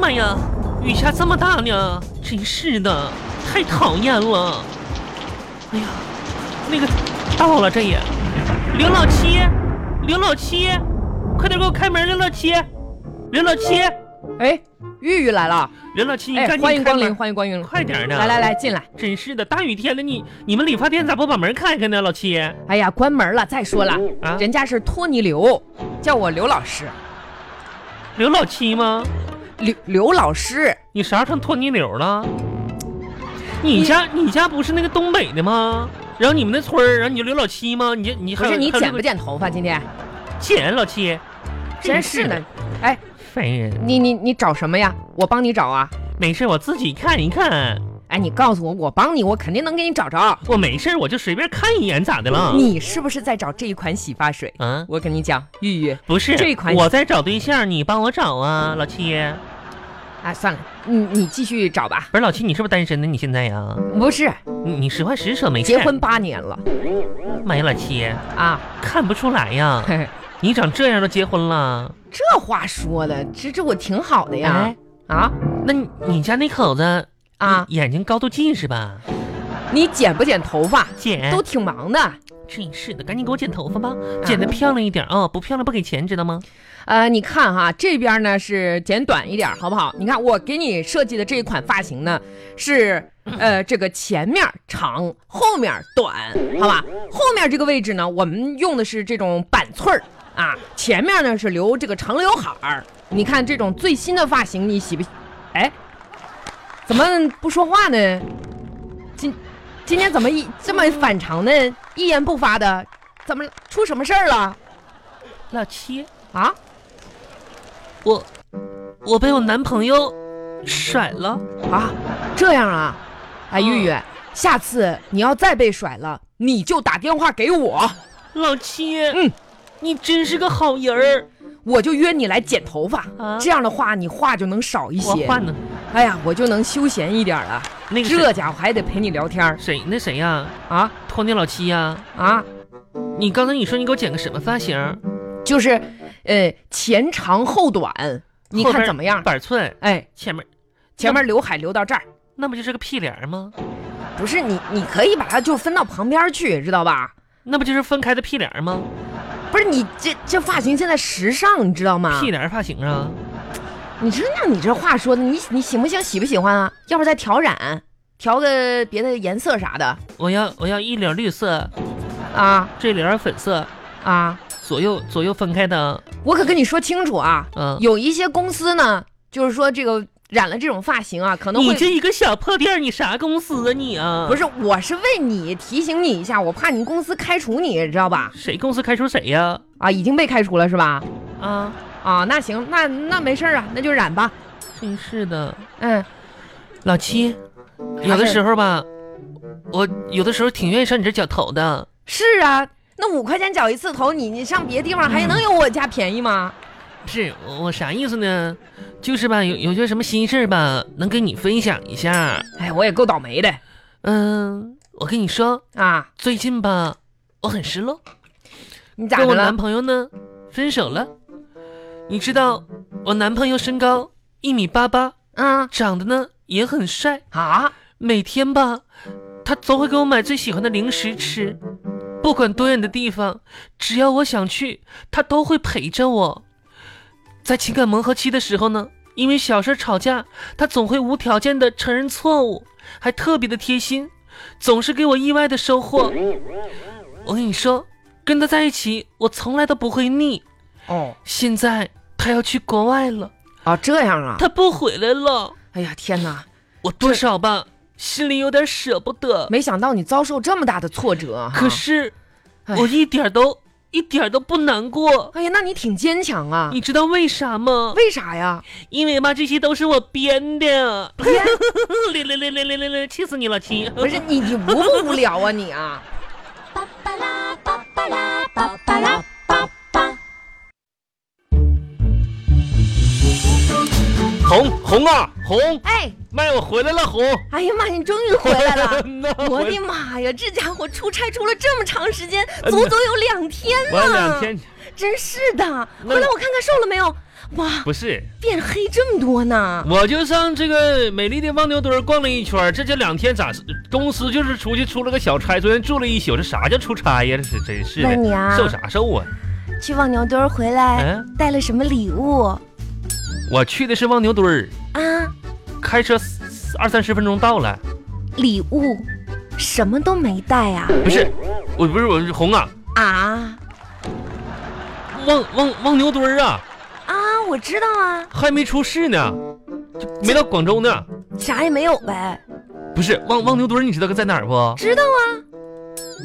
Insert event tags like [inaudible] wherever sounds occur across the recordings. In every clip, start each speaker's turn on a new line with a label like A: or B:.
A: 大呀？雨下这么大呢，真是的，太讨厌了。哎呀，那个到了，这也，刘老七，刘老七，快点给我开门！刘老七，刘老七，
B: 哎，玉玉来了，
A: 刘老七，你
B: 哎
A: 赶，紧
B: 欢迎
A: 开
B: 光临，
A: 门，
B: 欢迎光临，
A: 快点儿的，
B: 来来来，进来。
A: 真是的，大雨天的你，你们理发店咋不把门开开呢？老七啊，
B: 哎呀，关门了。再说了，人家是托尼刘，叫我刘老师，
A: 刘老七吗？
B: 刘刘老师。
A: 你啥成托泥流了？你家你家不是那个东北的吗？然后你们那村儿，然后你就刘老七吗？你这你
B: 不
A: 还有
B: 是你
A: 还有
B: 剪
A: 这
B: 不
A: 个
B: 剪头发？今天
A: 剪老七？
B: 真
A: 真是
B: 是的
A: 的，
B: 哎，
A: 烦人！
B: 你你你找什么呀？我帮你找啊。
A: 没事，我自己看一看，
B: 哎，你告诉我，我帮你，我肯定能给你找着。
A: 我没事我就随便看一眼，咋的了？
B: 你是不是在找这一款洗发水？
A: 啊，
B: 我跟你讲，玉玉
A: 不是
B: 这款
A: 我在找对象，你帮我找啊，老七。
B: 啊，算了，你你继续找吧。
A: 不是老七，你是不是单身呢？你现在呀，
B: 不是，
A: 你你实话实说，没事
B: 结。婚八年了
A: 妈呀，老七，
B: 啊， [laughs]
A: 看不出来呀，
B: 嘿嘿
A: 你长这样都结婚了？哎
B: 这话说的，这这我挺好的呀。啊
A: 那你你家那口子
B: 啊，
A: 眼睛高度近视吧？
B: 你剪不剪头发？
A: 姐，
B: 都挺忙的。
A: 真是的，赶紧给我剪头发吧，剪得漂亮一点啊、不漂亮不给钱，知道吗？
B: 呃，你看哈，这边呢是剪短一点儿，好不好？你看我给你设计的这一款发型呢，是呃这个前面长，后面短，好吧？后面这个位置呢，我们用的是这种板寸儿啊，前面呢是留这个长刘海儿。你看这种最新的发型，你喜不喜？哎，怎么不说话呢？今今天怎么一这么反常呢？一言不发的，怎么了出什么事儿了
A: 老七，
B: 啊？
A: 我我被我男朋友甩了，
B: 啊，这样啊，
A: 嗯
B: 哎，玉玉，下次你要再被甩了，你就打电话给我，
A: 老七，
B: 嗯，
A: 你真是个好人儿，
B: 我就约你来剪头发。
A: 啊
B: 这样的话，你话就能少一
A: 我哎
B: 些。
A: 换呢，
B: 哎呀，我就能休闲一点了。
A: 那个谁
B: 这家伙还得陪你聊天儿
A: 谁那谁呀、
B: 啊
A: 托尼老七呀、
B: 啊，
A: 你刚才你说你给我剪个什么发型？
B: 就是，呃，前长后短，你
A: 后
B: 看
A: 边
B: 怎么样？
A: 板寸，
B: 哎，
A: 前面
B: 前面刘海留到这儿，
A: 那不就是个屁帘儿吗？
B: 不是你，你可以把它就分到旁边儿去，知道吧？
A: 那不就是分开的屁帘儿吗？
B: 不是你这这发型现在时尚，你知道吗？
A: 屁帘儿发型啊？
B: 你知道你这话说的，你你喜不行，喜不喜欢啊？要不再调染，调个别的颜色啥的
A: 我要我要一帘儿绿色，
B: 啊
A: 这帘儿粉色，
B: 啊！
A: 左右左右分开的，
B: 我可跟你说清楚啊，
A: 嗯、
B: 有一些公司呢，就是说这个染了这种发型啊，可能
A: 你
B: 会
A: 这一个小破店儿，你啥公司啊你啊？
B: 不
A: 是
B: 是，我是为你提醒你一下，我怕你公司开除你，知道吧？
A: 谁公司开除谁呀、
B: 啊，已经被开除了是吧？
A: 啊？
B: 啊，那行，那那没事儿啊，那就染吧。
A: 真是的，
B: 嗯，
A: 老七，有的时候吧，我有的时候挺愿意上你这儿绞头的。
B: 是啊，那五块钱绞一次头，你你上别地
A: 嗯
B: 方还能有我家便宜吗？
A: 不是我我啥意思呢？就是吧，有有些什么心事儿吧，能跟你分享一下。
B: 哎，我也够倒霉的
A: 嗯，我跟你说，
B: 啊！
A: 最近吧，我很失落，
B: 你咋
A: 跟
B: 的
A: 我
B: 了
A: 男？朋友呢分手了。你知道我男朋友身高一米八八，
B: 嗯
A: 长得呢也很帅。
B: 啊。
A: 每天吧，他总会给我买最喜欢的零食吃，不管多远的地方，只要我想去，他都会陪着我。在情感磨合期的时候呢，因为小事吵架，他总会无条件的承认错误，还特别的贴心，总是给我意外的收获。我跟你说，跟他在一起，我从来都不会腻。
B: 哦
A: 现在他要去国外了，
B: 啊，这样啊！
A: 他不回来了，
B: 哎呀，天哪，
A: 我多少吧，心里有点舍不得。
B: 没想到你遭受这么大的挫折啊哈。
A: 可，是
B: 哎
A: 我一点儿都一点儿都不难过，
B: 哎呀，那你挺坚强啊。
A: 你知道为啥吗？
B: 为
A: [laughs]
B: 啥呀？
A: 因为吧，这些都是我编的。
C: 嗯
A: 来来来来来来来，气死你了，亲！
B: 不是你，你无不无聊啊你啊！
C: Pa pa la pa pa la pa pa la pa pa.
A: 红红啊红，
B: 哎，
A: 妈，我回来
C: 啊
A: 了，红
B: 哎呀妈，你终于回
A: [laughs]
B: 来
C: [laughs]
B: 了！
A: 那
B: 我
A: 回呃
B: 的妈呀，这家伙出差出了这么长时间，足足有两天呢、
A: 我两天，
B: 真是的。
A: 那
B: 回来我看看瘦了没有？
A: 哇，
C: 不是，
A: 变黑这么多呢？
C: 我就上这个美丽的望牛墩逛了一圈，这这两天咋是公司就是出去出了个小差，昨天住了一宿，这啥叫出差呀？这是真是
B: 那
C: 的，
B: 你啊，
C: 受啥受啊？
B: 去望牛墩儿回
A: 哎
B: 来、
C: 嗯，
B: 带了什么礼物啊？
C: 我去的是望牛墩儿，开车四二三十分钟到了。
B: 礼物什么都没带啊？
C: 不是，我不是我是红啊，
B: 啊
C: 望望望牛墩儿啊，
B: 啊，我知道啊，
C: 还没出市呢，就没到广州呢。
B: 啥也没有呗。
C: 不是望望牛墩儿，你知道个在哪儿不？
B: 知道啊，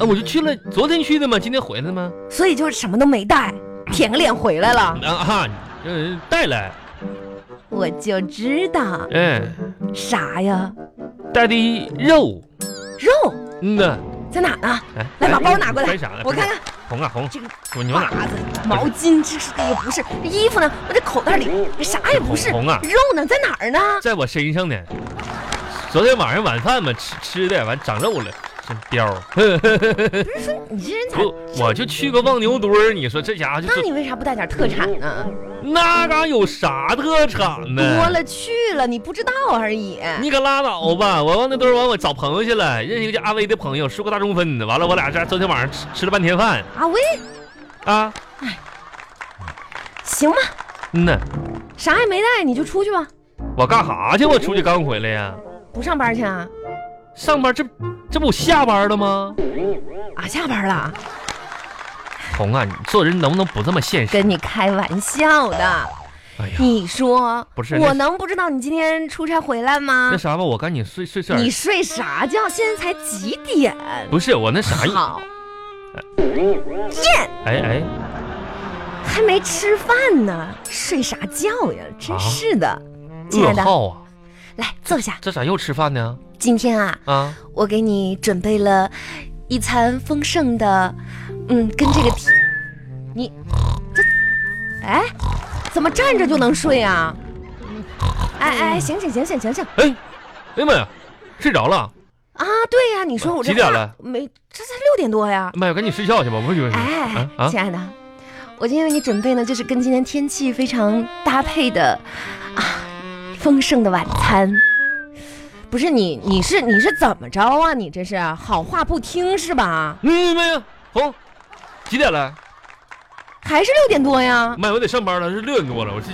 C: 啊，我就去了，昨天去的嘛，今天回来的吗？
B: 所以就是什么都没带，
A: 舔个脸回来了，
C: 啊哈，嗯，带了，
B: 我就知道
C: 嗯，
B: 啥呀？
C: 带的肉，
B: 肉
C: 嗯呐，
B: 在哪呢？
C: 哎
B: 来把包拿过来
C: 干啥呢？
B: 我看看
C: 红啊红，
B: 这个
C: 我牛奶，
B: 袜子、毛巾，这是也不是，这衣服呢？我这口袋里这啥也哎不是，
C: 哎红红啊
B: 肉呢？在哪儿呢？
C: 在我身上呢。昨天晚上晚饭嘛，吃吃的完长肉了，真彪。
B: 你这人咋？
C: 我 [laughs] 我就去个望牛墩儿，你说呃这家伙就
B: 那你为啥不带点特产呢？
C: 那嘎有啥特产呢？
A: 多
B: 了去了，你不知道而已。啊
C: 你可拉倒吧！我往那堆儿完，我找朋友去了，认识一个叫阿威的朋友，是个大中分的。完了，我俩这昨天晚上吃吃了半天饭
B: 啊喂，
C: 啊，
B: 行吧，
C: 嗯呐，
B: 啥也没带，你就出去吧，
C: 我干啥去？我出去刚回来呀，
B: 不上班去啊？
C: 上班这这不我下班了吗？
B: 啊，下班了，
C: 红啊，你做人能不能不这么现实？
B: 跟你开玩笑的。
C: 哎呀，
B: 你说，
C: 不是那
B: 我能不知道你今天出差回来
C: 那
B: 吗？
C: 啥吧，我赶紧睡睡睡
B: 你
C: 点。
B: 睡啥觉？现在才几点？
C: 不是我那啥意，
B: 好，
C: 哎哎，
B: 还没吃饭呢，睡啥觉呀？真是的，亲爱
C: 啊噩
B: 的，
C: 耗啊！
B: 来坐下。
C: 这咋又吃饭呢？
B: 今天啊，
C: 啊，
B: 我给你准备了一餐丰盛的，嗯，跟这个题，你这，哎，怎么站着就能睡啊？哎哎，醒醒醒醒醒醒
C: 哎呀妈呀，睡着了！
B: 啊！对呀、你说我这
C: 几点
B: 话
C: 了
B: 没，这才六点多呀
C: 哎。妈呀，赶紧睡觉去吧，我去。
B: 哎
C: 啊，啊
B: 亲爱的，我今天为你准备呢，就是跟今天天气非常搭配的啊，丰盛的晚餐。
A: 不是你，你是你是怎么着啊？你这是好话不听是吧？
C: 嗯，妈呀，红，几点了？
A: 还是六点多呀？
C: 妈，我得上班了，是六点多了，我这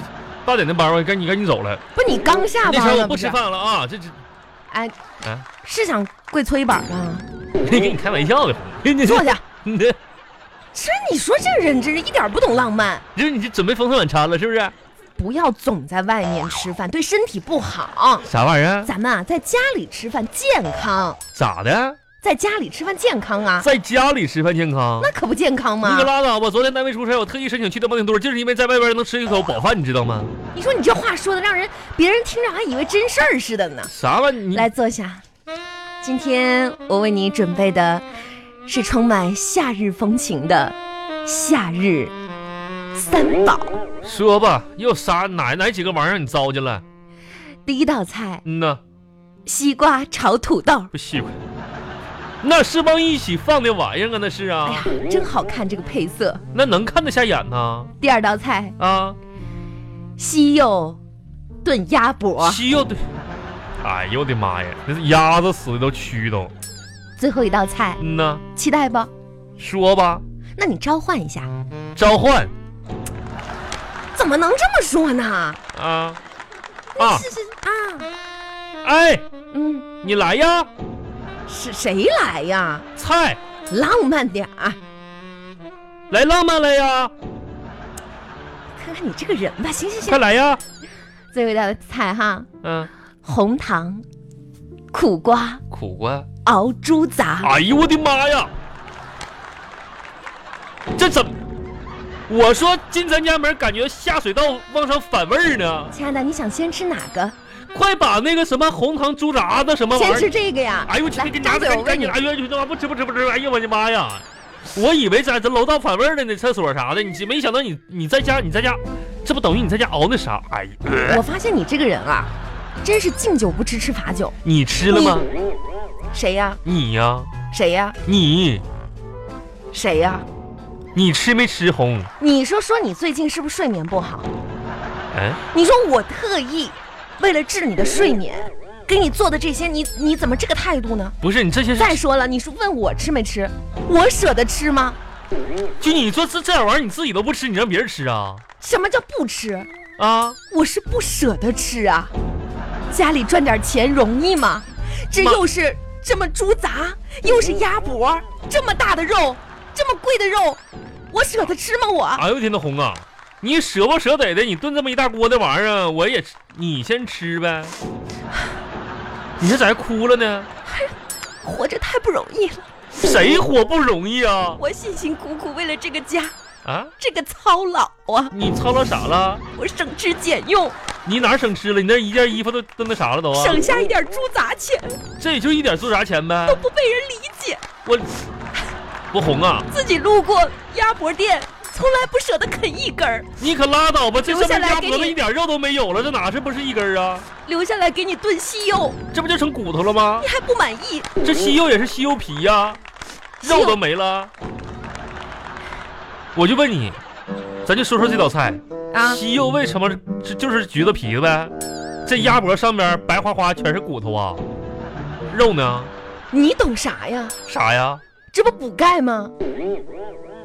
C: 八点的班，我赶紧赶紧走了。
A: 不，你刚下
C: 那
A: 班
C: 啥，
A: 了
C: 我不吃
A: 是？
C: 饭了啊！这这，
A: 哎，
C: 啊
A: 是想跪搓衣板
C: [laughs]
A: 吗？
C: 给你开玩笑的，你
A: 坐下。
C: 你这
A: 其实你说这人真是一点不懂浪漫，
C: 就是你这准备丰盛晚餐了，是不是？
A: 不要总在外面吃饭，对身体不好。
C: 啥玩意儿？
A: 咱们啊，在家里吃饭健康，
C: 咋的？
A: 在家里吃饭健康啊，
C: 在家里吃饭健康？
A: 那可不健康
C: 你
A: 吗
C: 可？拉倒吧！昨天单位出啊差，我特意申请去的望京墩，就是因为在外边能吃一口饱饭，你知道吗？
A: 你说你这话说的，让人别人听着还以为真事儿似的呢。
C: 啥玩意儿？你
B: 来坐下。今天我为你准备的是充满夏日风情的夏日三宝。
C: 说吧，又啥哪哪几个玩意儿你糟践了？
B: 第一道菜，
C: 嗯呐，
B: 西瓜炒土豆。
C: 不喜欢。那是帮一起放的玩意儿啊，那是啊
B: 哎，呀，真好看这个配色。
C: 那能看得下眼呐
B: 第二道菜，
C: 啊！
B: 西柚炖鸭脖。
C: 西柚对，哎呦我的妈呀，那是鸭子死的都蛆都。
B: 最后一道菜，
C: 嗯呐，
B: 期待不？
C: 说吧，
B: 那你召唤一下，
C: 召唤
B: 怎么能这么说呢？哎
C: 啊啊！
B: 是是啊，
C: 哎，
B: 嗯，
C: 你来呀，
A: 是谁来呀？
C: 菜
A: 浪漫点儿、
B: 啊
C: 来浪漫了呀，
B: 看看你这个人吧。行行行
C: 快，来呀！
B: 最后一道菜哈，
C: 嗯，
B: 红糖苦瓜
C: 苦瓜。
B: 熬猪杂。
C: 哎呦我的妈呀，这怎么？我说进咱家门，感觉下水道往上反味儿呢。
B: 亲爱的，你想先吃哪个？
C: 快把那个什么红糖猪杂子什么玩意
A: 先
C: 儿
A: 吃这个呀。
C: 哎呦我去，
A: 来
C: 给你拿
A: 张
C: 着
A: 嘴，我
C: 赶
A: 问
C: 紧！
A: 你，
C: 哎呦我去，不吃不吃不吃！哎呀我的妈呀！我以为在这楼道反味儿呢，那厕所啥的，你没想到你你在家你在家，这不等于你在家熬那啥？哎呀，
A: 我发现你这个人啊，真是敬酒不吃吃罚酒。
C: 你吃了吗？
A: 嗯谁呀？
C: 你呀、
A: 谁呀？
C: 你
A: 谁呀？
C: 你吃没吃红？
A: 你说说你最近是不是睡眠不好？
C: 哎，
B: 你说我特意为了治你的睡眠，给你做的这些，你你怎么这个态度呢？
C: 不是你这些是
B: 再说了，你是问我吃没吃，我舍得吃吗？
C: 就你做这这点玩意儿你自己都不吃，你让别人吃啊？
B: 什么叫不吃？
C: 啊，
B: 我是不舍得吃啊。家里赚点钱容易吗？这
C: 妈
B: 又是这么猪杂，又是鸭脖，这么大的肉，这么贵的肉，我舍得吃吗？我
C: 哎呦我天呐，红啊，你舍不舍得的，你炖这么一大锅的玩意儿，啊我也吃你先吃呗。 [sighs] 你这咋还哭了呢？
B: 活着太不容易了，
C: 谁活不容易啊？
B: 我辛辛苦苦为了这个家，
C: 啊，
B: 这个操劳啊，
C: 你操劳啥了？
B: 我省吃俭用，
C: 你哪儿省吃了？你那一件衣服都都那啥了都啊？
B: 省下一点猪杂钱，
C: 这也就一点做啥钱呗
B: 都。不被人理解。
C: 我不红啊，
B: 自己路过鸭脖店，从来不舍得啃一根儿，
C: 你可拉倒吧，这
B: 留
C: 上
B: 下
C: 面
B: 来
C: 鸭
B: 给
C: 脖子
B: 你
C: 一点肉都没有了，这哪是不是一根儿啊？
B: 留下来给你炖西柚，
C: 这不就成骨头了吗
B: 你？还不满意？
C: 这西柚也是西柚皮呀、
B: 西柚
C: 肉都没了。我就问你，咱就说说这道菜，
A: 啊，
C: 西柚为什么这就是橘子皮呗？这鸭脖上边白花花全是骨头啊，肉呢？
B: 你懂啥呀？
C: 啥呀？
B: 这不补钙吗？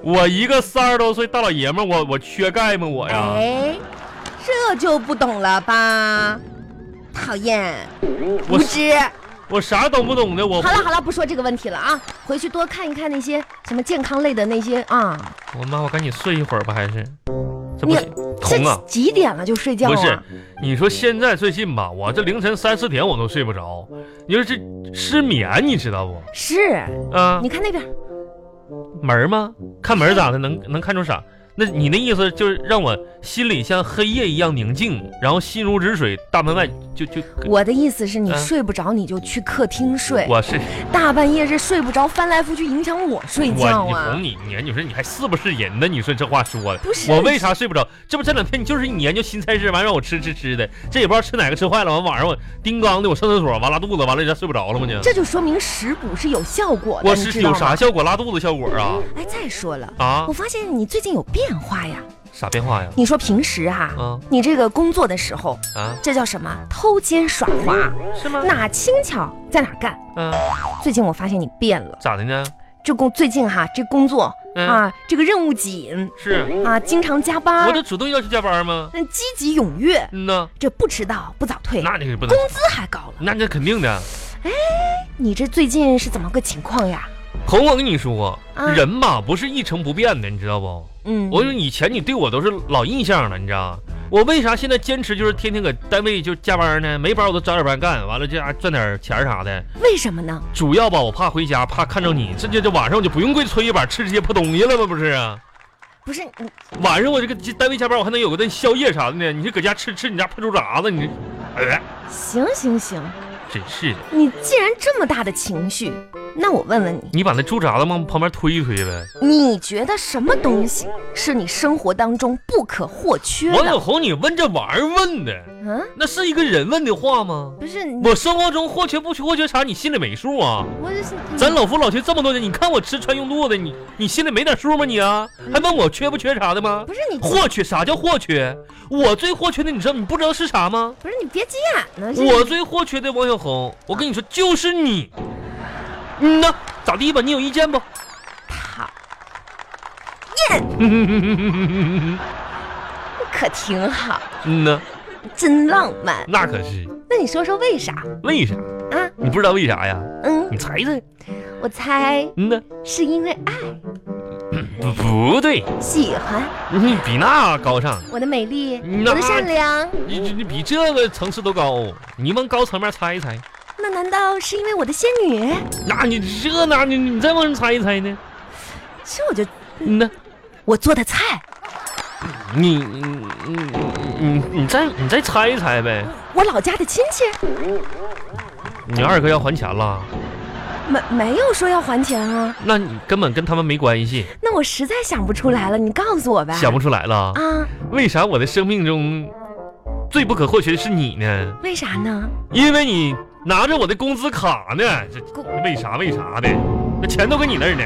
C: 我一个三十多岁大老爷们儿，我我缺钙吗？我呀，
B: 哎，这就不懂了吧？讨厌，
C: 我
B: 无知。
C: 我啥懂不懂的？我
B: 好了好了，不说这个问题了啊，回去多看一看那些什么健康类的那些啊。
C: 我妈，我赶紧睡一会儿吧，还是这不
B: 你
C: 行红啊？
B: 这几点了就睡觉啊？
C: 不是，你说现在最近吧，我这凌晨三四点我都睡不着，你说这失眠，你知道不？
B: 是，
C: 啊
B: 你，看那边，
C: 门儿吗？看门儿咋的？能能看出啥？那你那意思就是让我心里像黑夜一样宁静，然后心如止水，大门外就就
B: 我的意思是你
C: 嗯
B: 睡不着，你就去客厅睡。
C: 我是
B: 大半夜这睡不着，翻来覆去影响我睡
C: 我
B: 觉
C: 你
B: 啊
C: 哄。你，你你说你还是不是人呢？你说这话说的，
B: 不是
C: 我为啥睡不着？这不这两天你就是你研究新菜式，完让我吃吃吃的，这也不知道吃哪个吃坏了，完晚上我叮当的我上厕所完拉肚子，完了人家睡不着了吗？你
B: 这就说明食补是有效果的，
C: 我
B: 你
C: 是
B: 知道
C: 有
B: 吗？
C: 啥效果？拉肚子效果啊？
B: 哎，再说了，
C: 啊
B: 我，发现你最近有变化呀。
C: 啥变化呀？
B: 你说平时哈、
C: 啊
B: 你这个工作的时候，
C: 啊，
B: 这叫什么？偷奸耍滑，
C: 是吗？
B: 哪轻巧在哪干。
C: 嗯、
B: 最近我发现你变了，
C: 咋的呢？
B: 这工最近哈、这工作、
C: 嗯
B: 啊，这个任务紧
C: 是
B: 啊，经常加班
C: 我，这主动要求加班吗？
B: 嗯，积极踊跃，
C: 嗯呐，
B: 这不迟到不早退，
C: 那你可不能
B: 工，资还高了。
C: 那那肯定的。
B: 你这最近是怎么个情况呀？
C: 红，我跟你说，
B: 啊
C: 人吧不是一成不变的，你知道不？
B: 嗯，
C: 我说以前你对我都是老印象了，你知道？我为啥现在坚持就是天天搁单位就加班呢？没班我都早点班干，完了这家赚点钱啥的。
B: 为什么呢？
C: 主要吧，我怕回家，怕看着你，这这这晚上我就不用跪搓衣板吃这些破东西了吗？不是啊？
B: 不是你
C: 晚上我这个单位加班，我还能有个顿宵夜啥的呢？你这搁家吃吃你家破猪杂子，你这，哎，
B: 行行行，
C: 真是的，
B: 你既然这么大的情绪，那我问问你，
C: 你把那猪杂子往旁边推一推呗。
B: 你觉得什么东西是你生活当中不可或缺
C: 王小
B: 的？
C: 红，你问这玩意儿问的，
B: 嗯，
C: 那是一个人问的话吗？
B: 不是你，
C: 我生活中或缺不缺或缺啥，你心里没数啊？
B: 我就是
C: 咱老夫老妻这么多年，你看我吃穿用度的，你你心里没点数吗？你啊，还问我缺不缺啥的吗？
B: 不是你，
C: 或缺啥叫或缺？我最或缺的，你知道你不知道是啥吗？
B: 不是你别急眼呢，这
C: 我最或缺的王小红，我跟你说，就是你。嗯呐，咋地吧？你有意见不？
B: 好
C: 嗯
B: [laughs] 可挺好，
C: 呐，
B: 真浪漫。
C: 那可是。
B: 那你说说为啥啊？
C: 为啥？你不知道为啥呀？
B: 嗯，
C: 你猜猜。
B: 我猜
C: 嗯呐，
B: 是因为爱
C: 不不对，
B: 喜欢
C: 你比那高尚，
B: 我的美丽，
C: 那
B: 我的善良。
C: 你你你比这个层次都高。哦你往高层面猜一猜，
B: 那难道是因为我的仙女？
C: 那你这那你你再往上猜一猜呢？
B: 这我就
C: 嗯呐，
B: 我做的菜，
C: 你你你你你再你再猜一猜呗。
B: 我老家的亲戚
C: 你二哥要还钱了，
B: 没没有说要还钱啊。
C: 那你根本跟他们没关系，
B: 那我实在想不出来了，你告诉我呗。
C: 想不出来了。
B: 啊？
C: 为啥我的生命中最不可或缺的是你呢？
B: 为啥呢？
C: 因为你拿着我的工资卡呢，这
B: 工
C: 为啥为啥的，那钱都搁你那儿呢。